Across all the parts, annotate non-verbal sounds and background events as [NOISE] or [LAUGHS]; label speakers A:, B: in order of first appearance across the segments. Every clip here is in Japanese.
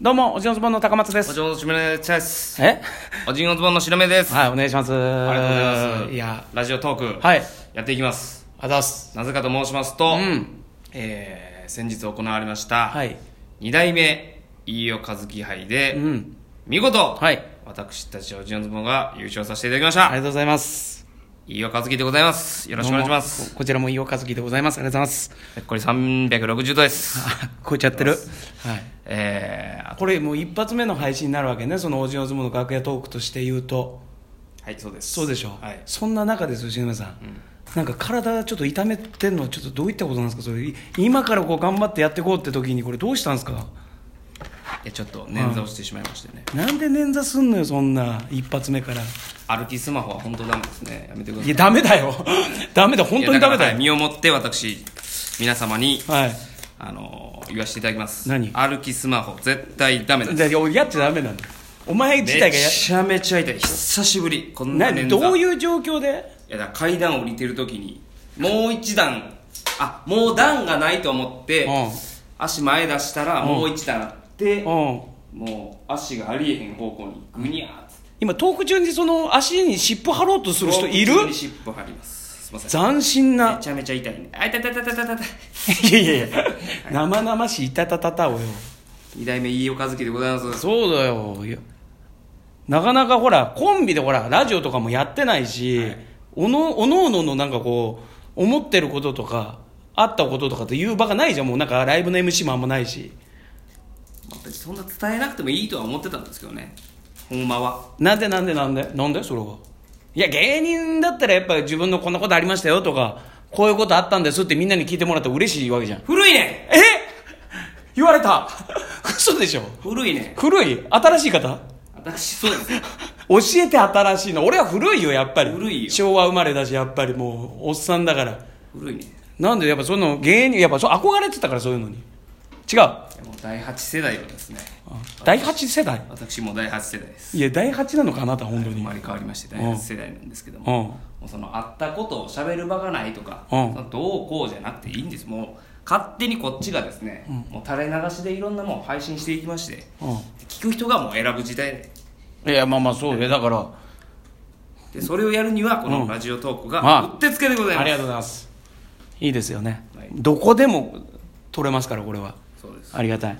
A: どうも、おじのズボンの高松で
B: お
A: す。
B: じおつぼです。
A: え
B: おじおつぼのしろめです。
A: はい、お願いします。
B: ありがとうございます。
A: いや、
B: ラジオトーク、
A: はい。
B: やっていきます。
A: あざっす。
B: なぜかと申します
A: う
B: と、
A: ん
B: えー先日行われました、
A: はい。
B: 二代目飯尾和樹杯で、
A: うん。
B: 見事、
A: はい。
B: 私たちおじおつぼが優勝させていただきまし
A: ありが。
B: た
A: とうございます。
B: 飯尾和樹でございます。よろしくお願いしま
A: どうも。
B: す。
A: ここちらも飯尾和樹でございます。ありがとうございます。
B: ぺっこり360度です。
A: [LAUGHS] あ、超えちゃってる。はい。
B: えーあ
A: これもう一発目の配信になるわけね、そのおじのズボンの楽屋トークとして言うと。
B: はい、そうです。
A: そうでしょ。
B: はい。
A: そんな中ですよ、篠宮さん。なんか体ちょっと痛めてんのちょっとどういったことなんですかそれい今からこう頑張ってやっていこうって時にこれどうしたんですか
B: いやちょっと捻挫をしてしまいましてね。
A: なんで捻挫すんのよそんな一発目から
B: 歩きスマホは本当ダメですね。やめてください
A: いや、。ダメだよ。 [LAUGHS] ダメだ、本当にダメだ
B: いやからはい
A: よ。
B: 身をもって私皆様に
A: はい。
B: あのー言わせていただきます
A: 何
B: 歩きスマホ絶対ダメです
A: だって俺やっちゃダメなんだよ。お前自体
B: め
A: がや、
B: ちゃめちゃ痛い久しぶりこんな
A: 何
B: 連
A: どういうう状況で
B: いやだから階段降りてる時にもう一段あもう段がないと思って、
A: うん
B: 足前出したらもう一段あって、
A: うん。
B: もう足がありえへん方向にぐにゃーっつって
A: 今、トーク中にその足に尻尾張ろうとする人いる
B: ロープに尻尾張りますすいません
A: 斬新な
B: め。ちゃめちゃ痛いねあ痛い痛い痛い痛い痛い痛い
A: いやいやいや、生々しいたたたたをよ。
B: 二代目飯尾和樹でございます
A: そうだよ。いやなかなかほら、コンビでほら、ラジオとかもやってないし、おの、おのおののなんかこう、思ってることとか、あったこととかって言う場がないじゃん。もうなんかライブの MC もあんまないし。
B: 私そんな伝えなくてもいいとは思ってたんですけどねほんまは
A: なんでなんでなんでなんでそれがいや芸人だったらやっぱり自分のこんなことありましたよとかこういうことあったんですってみんなに聞いてもらったら嬉しいわけじゃん
B: 古いね
A: え言われた [LAUGHS] 嘘でしょ
B: 古いね
A: 古い新しい方
B: 私そう
A: [LAUGHS]
B: です
A: 教えて新しいの俺は古いよやっぱり
B: 古いよ
A: 昭和生まれだしやっぱりもうおっさんだから
B: 古いね
A: なんでやっぱその芸人やっぱそう憧れてたからそういうのに違うあ
B: いやもう第8世代はですね
A: 第8世代
B: 私も第8世代です
A: いや第8なのかあなた本当
B: 生
A: に
B: まれ変わりまして第8世代なんですけど
A: う
B: も
A: ん
B: もうそのあったことを喋る場がないとか
A: う
B: そ
A: ん
B: のどうこうじゃなくていいんですもう勝手にこっちがですねもう垂れ流しでいろんなもんを配信していきまして
A: うん
B: 聞く人がもう選ぶ時代で
A: いやまあまあそうねだから
B: でそれをやるにはこ
A: う
B: の
A: ん
B: ラジオトーク
A: まあ
B: がうってつけでござい
A: あ
B: ま
A: り
B: す
A: がとうございますいいですよね、
B: はい
A: どこでも取れますからこれは
B: そうです
A: ありがたい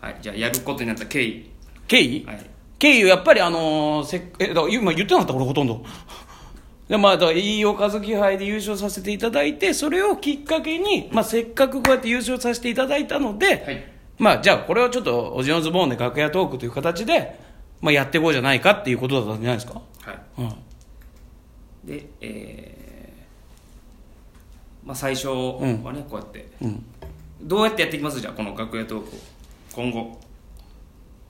B: はいじゃあやることになった経緯
A: 経緯、
B: はい
A: 経緯やっぱりあのーせっえだから今言ってなかった俺ほとんど [LAUGHS] でまあだから飯尾和樹杯で優勝させていただいてそれをきっかけに、まあ、せっかくこうやって優勝させていただいたので、
B: はい
A: まあじゃあこれをちょっとおじのズボンで楽屋トークという形で、まあ、やっていこうじゃないかっていうことだったんじゃないですか、
B: はい
A: うん、
B: でえーまあ最初はね、
A: ん
B: こうやって
A: うん
B: どうやってやっていきますじゃあこの楽屋トークを今後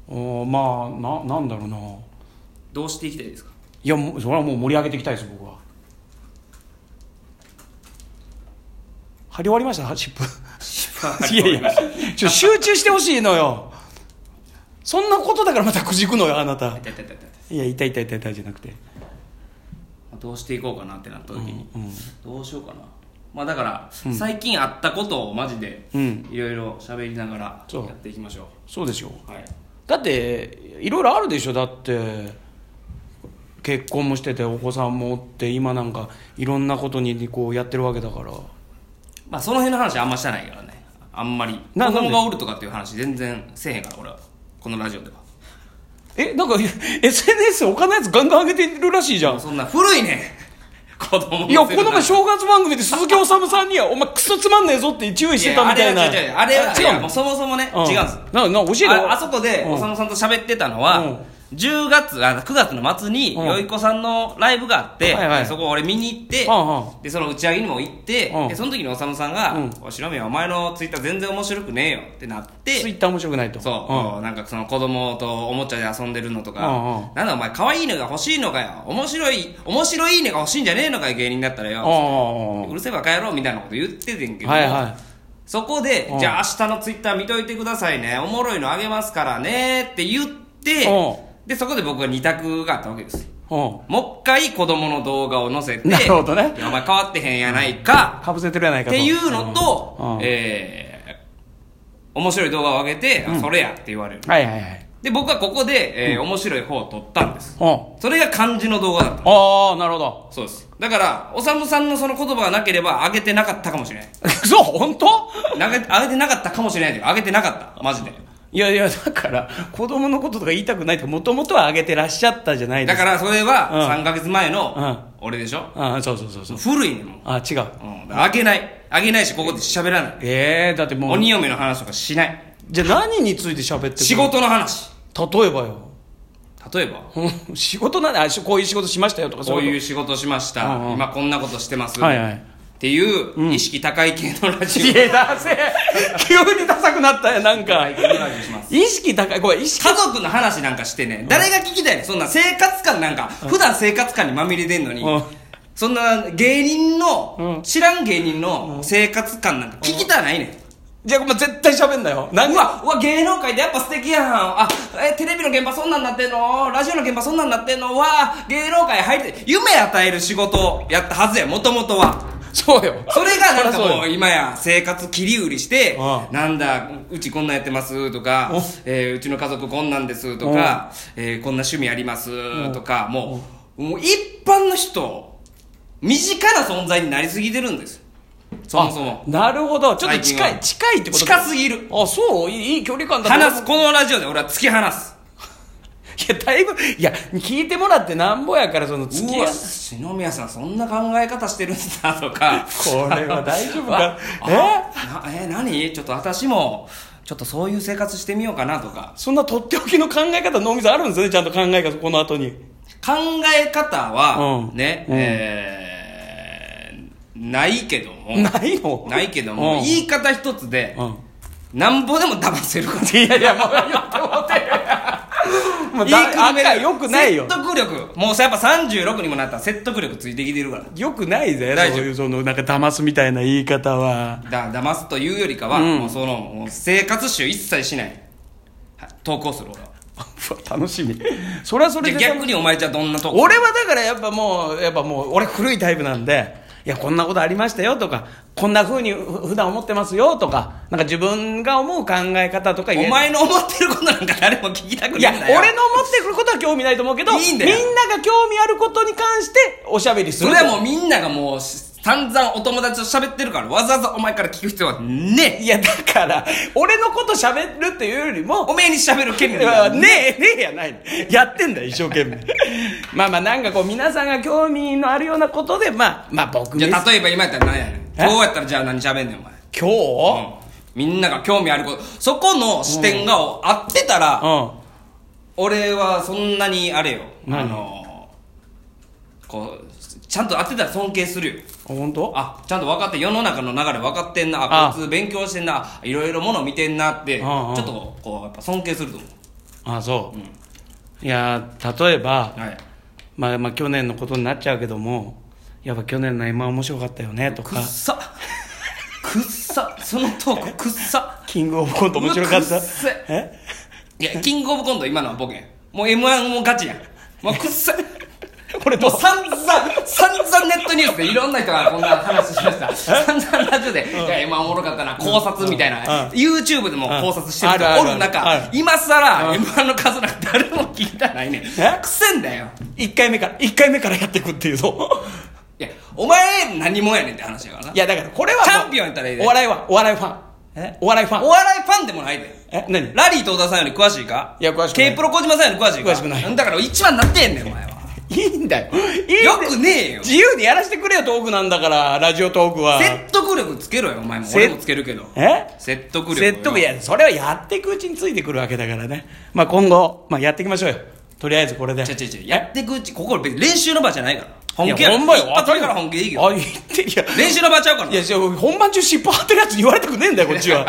A: おーまあななんだろうな
B: どうしていきたいですか
A: いやもうそれはもう盛り上げていきたいです僕は張り終わりましたシップ [LAUGHS] いやいやちょ集中してほしいのよそんなことだからまたくじくのよあなた
B: 痛い痛い痛い痛い
A: いや痛い痛い痛い痛いじゃなくて
B: どうしていこうかなってなった時に、
A: うん
B: どうしようかなまあだから、最近あったことをマジで
A: うん
B: いろいろ喋りながら
A: そう
B: やっていきましょ
A: そうでしょ
B: うはい
A: だっていろいろあるでしょだって結婚もしててお子さんもおって今なんかいろんなことにこうやってるわけだから
B: まあその辺の話あんましてないからねあんまり子
A: ななんで
B: 供がおるとかっていう話全然せえへんから俺はこのラジオでは
A: えなんか [LAUGHS] SNS 他のやつガンガン上げてるらしいじゃん
B: そんな古いね [LAUGHS] 子供の
A: いや、
B: せ
A: この前正月番組で鈴木おさむさんには、
B: [LAUGHS]
A: お前クソつまんねえぞって注意してたみたいな。
B: やあれは違う違うあれは
A: 違
B: 違う
A: う
B: も
A: の
B: うそもそもね、
A: うん
B: 違うんです
A: な、な、教えてよ
B: ああそこで
A: うん
B: おさむさんと喋ってたのは、10月あ9月の末に
A: うん
B: よいこさんのライブがあって、
A: はいはい
B: でそこ俺見に行って、
A: うん
B: でその打ち上げにも行って、
A: うん
B: でその時におさむさんが
A: うん
B: 「おしろみお前のツイッター全然面白くねえよ」ってなって
A: ツイッター面白くないと。
B: そう、もうなんかその子供とおもちゃで遊んでるのとか、
A: うんうん
B: なんだお前可愛いのが欲しいのかよ面白い面白いねが欲しいんじゃねえのかよ芸人だったら
A: うん。
B: よ、
A: あ
B: うるせえバカ野郎みたいなこと言っててんけ
A: あ。
B: ど、
A: はいは
B: そこで、
A: うん
B: じゃあ明日のツイッター見といてくださいねおもろいのあげますからねって言って
A: う
B: でそこで僕が2択があったわけですよ
A: い。う
B: もう一回子供の動画を載せて
A: なるほどね
B: いやお前変わってへんやないか
A: ん。かぶせてるやない
B: っ
A: かと。
B: ていうのと、
A: うんうん
B: えー面白い動画を上げて、あそれやって言われる
A: はいはいはい
B: で僕はここで、えー面白い方を撮ったんです
A: お
B: それが漢字の動画だった
A: ああなるほど [LAUGHS]
B: そうですだからおさむさんのその言葉がなければ上げてなかったかもしれない
A: くそ本当
B: なげ上げてなかったかもしれないというか上げてなかったマジで
A: いやいやだから子供のこととか言いたくないともともとはあげてらっしゃったじゃないで
B: だ
A: す
B: からそれは
A: うん
B: 3ヶ月前
A: うん
B: の俺でしょ、
A: ああそうそうそうそう
B: 古いねもう、
A: あ違う
B: うん、上げない上げないしここで喋らない
A: ええだってもう
B: 鬼嫁の話とかしない
A: じゃあ何について喋ってく
B: 仕事の話
A: 事例えばよ
B: 例えば
A: うん [LAUGHS] 仕事なんであしこういう仕事しましたよとか
B: こういうう仕事しました、
A: うんうん
B: 今こんなことしてます、
A: ことはいはい
B: っていう意識高い系のラジオ、
A: いや
B: [LAUGHS]
A: 出せ急にダサくなったよなんか
B: 高い系のラジオします
A: 意識高いこれ意識
B: 家族の話なんかしてね誰が聞きたいねんそんな生活感なんか普段生活感にまみれてんのに
A: うん
B: そんな芸人
A: う
B: の
A: ん
B: 知らん芸人の生活感なんか聞きたないねん
A: じゃあもう絶対喋んなよ何
B: う
A: は
B: わうわ芸能界でやっぱ素敵やんあえテレビの現場そんなんなってんのラジオの現場そんなんなってんのわあ芸能界入って夢与える仕事をやったはずやもともとは
A: そうよ
B: それがなんか
A: そりゃ
B: も
A: そうよ
B: 今や生活切り売りして
A: あ、
B: なんだ、うちこんなんやってますとか
A: お、
B: えーうちの家族こんなんですとか、えーこんな趣味ありますとか、もう、もう一般の人、身近な存在になりすぎてるんです。そもそも。
A: あなるほどちょっと
B: 最近
A: 近
B: はい
A: 近いってこと
B: 近すぎる。
A: あそういいいい距離感だと思う
B: 話す、このラジオで俺は突き放す。
A: いやだいぶいや聞いてもらってなんぼやからその付き
B: う
A: 合
B: わ、
A: い
B: 篠宮さんそんな考え方してるんだとか。
A: これは大
B: [LAUGHS]
A: 丈夫か
B: あ
A: え
B: なえ何ちょっと私も、ちょっとそういう生活してみようかなとか。
A: そんなとっておきの考え方脳みそあるんですねちゃんと考え方この後に
B: 考え方は
A: うん
B: ね、
A: うん
B: えーないけども
A: ないの
B: ないけども、
A: うん
B: 言い方一つで、
A: うん
B: なんぼでも騙せるから
A: いやいやもう言ってもうてる [LAUGHS] もうだ赤よくないよ
B: 説得力もうさやっぱ36にもなったら説得力ついてきてるから
A: よくないぜ
B: 大丈
A: そ
B: 夫
A: ういうそのなんか騙すみたいな言い方は
B: だ騙すというよりかは、
A: うん
B: もうそのもう生活習一切しないは投稿する俺は
A: うわ [LAUGHS] 楽しみそれはそれ
B: じゃ
A: で
B: あ逆にお前じゃあどんな投稿
A: 俺はだからやっぱもうやっぱもう俺古いタイプなんでいやこんなことありましたよとかこんな風にふ普段思ってますよとかなんか自分が思う考え方とか言え
B: お前の思ってることなんか誰も聞きたくない
A: いや
B: んだよ
A: 俺の思ってくることは興味ないと思うけど
B: いい
A: みん
B: んだ
A: な
B: よ
A: が興味あることに関しておしゃべりす
B: そ
A: る
B: れはもうみんながもう散々お友達と喋ってるからわざわざお前から聞く必要はねえ
A: いやだから俺のことしゃべるっていうよりも
B: おめえに喋る権利
A: いや
B: はね
A: ねえねえやないのやってんだよ一生懸命 [LAUGHS] まあまあなんかこう皆さんが興味のあるようなことでまあまあ僕
B: じ
A: です
B: ゃあ例えば今やったら何やねん
A: え
B: 今日やったらじゃあ何喋んねんお前
A: 今日、
B: みんなが興味あることそこの視点が合ってたら、
A: うん
B: 俺はそんなにあれよ
A: 何
B: あのこうちゃんと合ってたら尊敬するよ
A: あ本当
B: あちゃんと分かって世の中の流れ分かってんな
A: あ
B: あこいつ勉強してんないろいろもの見てんなってち
A: うん
B: ょ
A: うん
B: っとこうやっぱ尊敬すると思
A: あそう、
B: うん
A: いや例えば、
B: う、はい、
A: まあ、まあ去年のことになっちゃうけどもやっぱ去年の m 1面白かったよねと
B: く
A: か
B: っさくっさそのトークくっさ
A: キングオブコント面白かっ
B: う
A: た
B: わくっせ
A: え
B: いやキングオブコント今のは僕やもう m 1もガチやんもうくっさ
A: 俺
B: も
A: ど
B: う
A: う
B: 散々散々ネットニュースでいろんな人がこんな話しました散々ラジオで「いや m 1おもろかったな考察」みたいな、
A: うん
B: YouTube でも考察して
A: うん
B: る人
A: あ
B: が
A: る
B: お
A: あるある
B: る中、
A: ある
B: 今さら
A: うん
B: m 1の数なんか誰も聞いたないねんく
A: え
B: せんだよ
A: 1回目から1回目からやってくっていうの
B: いやお前何もやねんって話やからない
A: やだからこれはもう
B: チャンピオンやったらいいで
A: お笑いはお笑いファンえお笑いファン
B: お笑いファンでもないで
A: え何
B: ラリー東田さんより詳しいか
A: いや詳しくない
B: K プロ小島さんより詳しいか
A: 詳しくない
B: だから一番なってんねんお前はい
A: いんだよいいんだ
B: よくねえよ
A: 自由にやらせてくれよトークなんだからラジオトークは
B: 説得力つけろよお前も
A: せ
B: 俺もつけるけど
A: え
B: 説得力よ
A: 説得いやそれはやっていくうちについてくるわけだからねまあ今後、まあ、やっていきましょうよとりあえずこれで
B: ちゃちゃちゃやってくうちここ別に練習の場じゃないから本気
A: い
B: や
A: ほんまよ
B: 一発目から本気でいいよ
A: あ言っていや
B: 練習の場ちゃうから
A: いやじゃあ本番中尻尾張ってるやつに言われたくねえんだよこっ
B: [LAUGHS]
A: ちは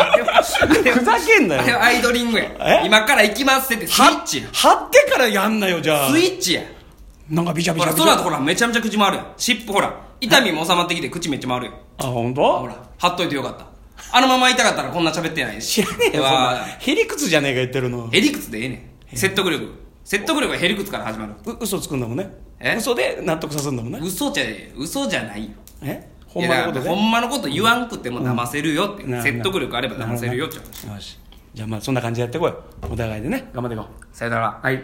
A: ふざけんな
B: あれ
A: よ
B: はアイドリングや
A: え
B: 今から行きますってスイッチや
A: 張ってからやんなよじゃあ
B: スイッチや
A: なんかビチャビ
B: ほ
A: チャ
B: ら
A: ビ
B: そ
A: チ
B: の後
A: ャ
B: ほらめちゃめちゃ口回るやん尻尾ほら痛みも収まってきて口めっちゃ回るよ
A: あ本
B: ほ
A: 当
B: ら貼っといてよかったあのまま痛かったらこんな喋ってない
A: 知らねえよそんな
B: わあ
A: へりくつじゃねえか言ってるの
B: ヘリクツでええねん説得力説得力はヘリクツから始まる
A: う嘘つくんだもんね
B: え
A: 嘘で納得させるんだもんね
B: 嘘じゃ嘘じゃないよ
A: えほんまのこと
B: い
A: ね
B: やほんまのこと言わんくても騙せるよって、
A: なるほど
B: 説得力あれば騙せるよって
A: よしじゃあまあそんな感じでやっていこうよお互いでね頑張っていこう
B: さよなら
A: はい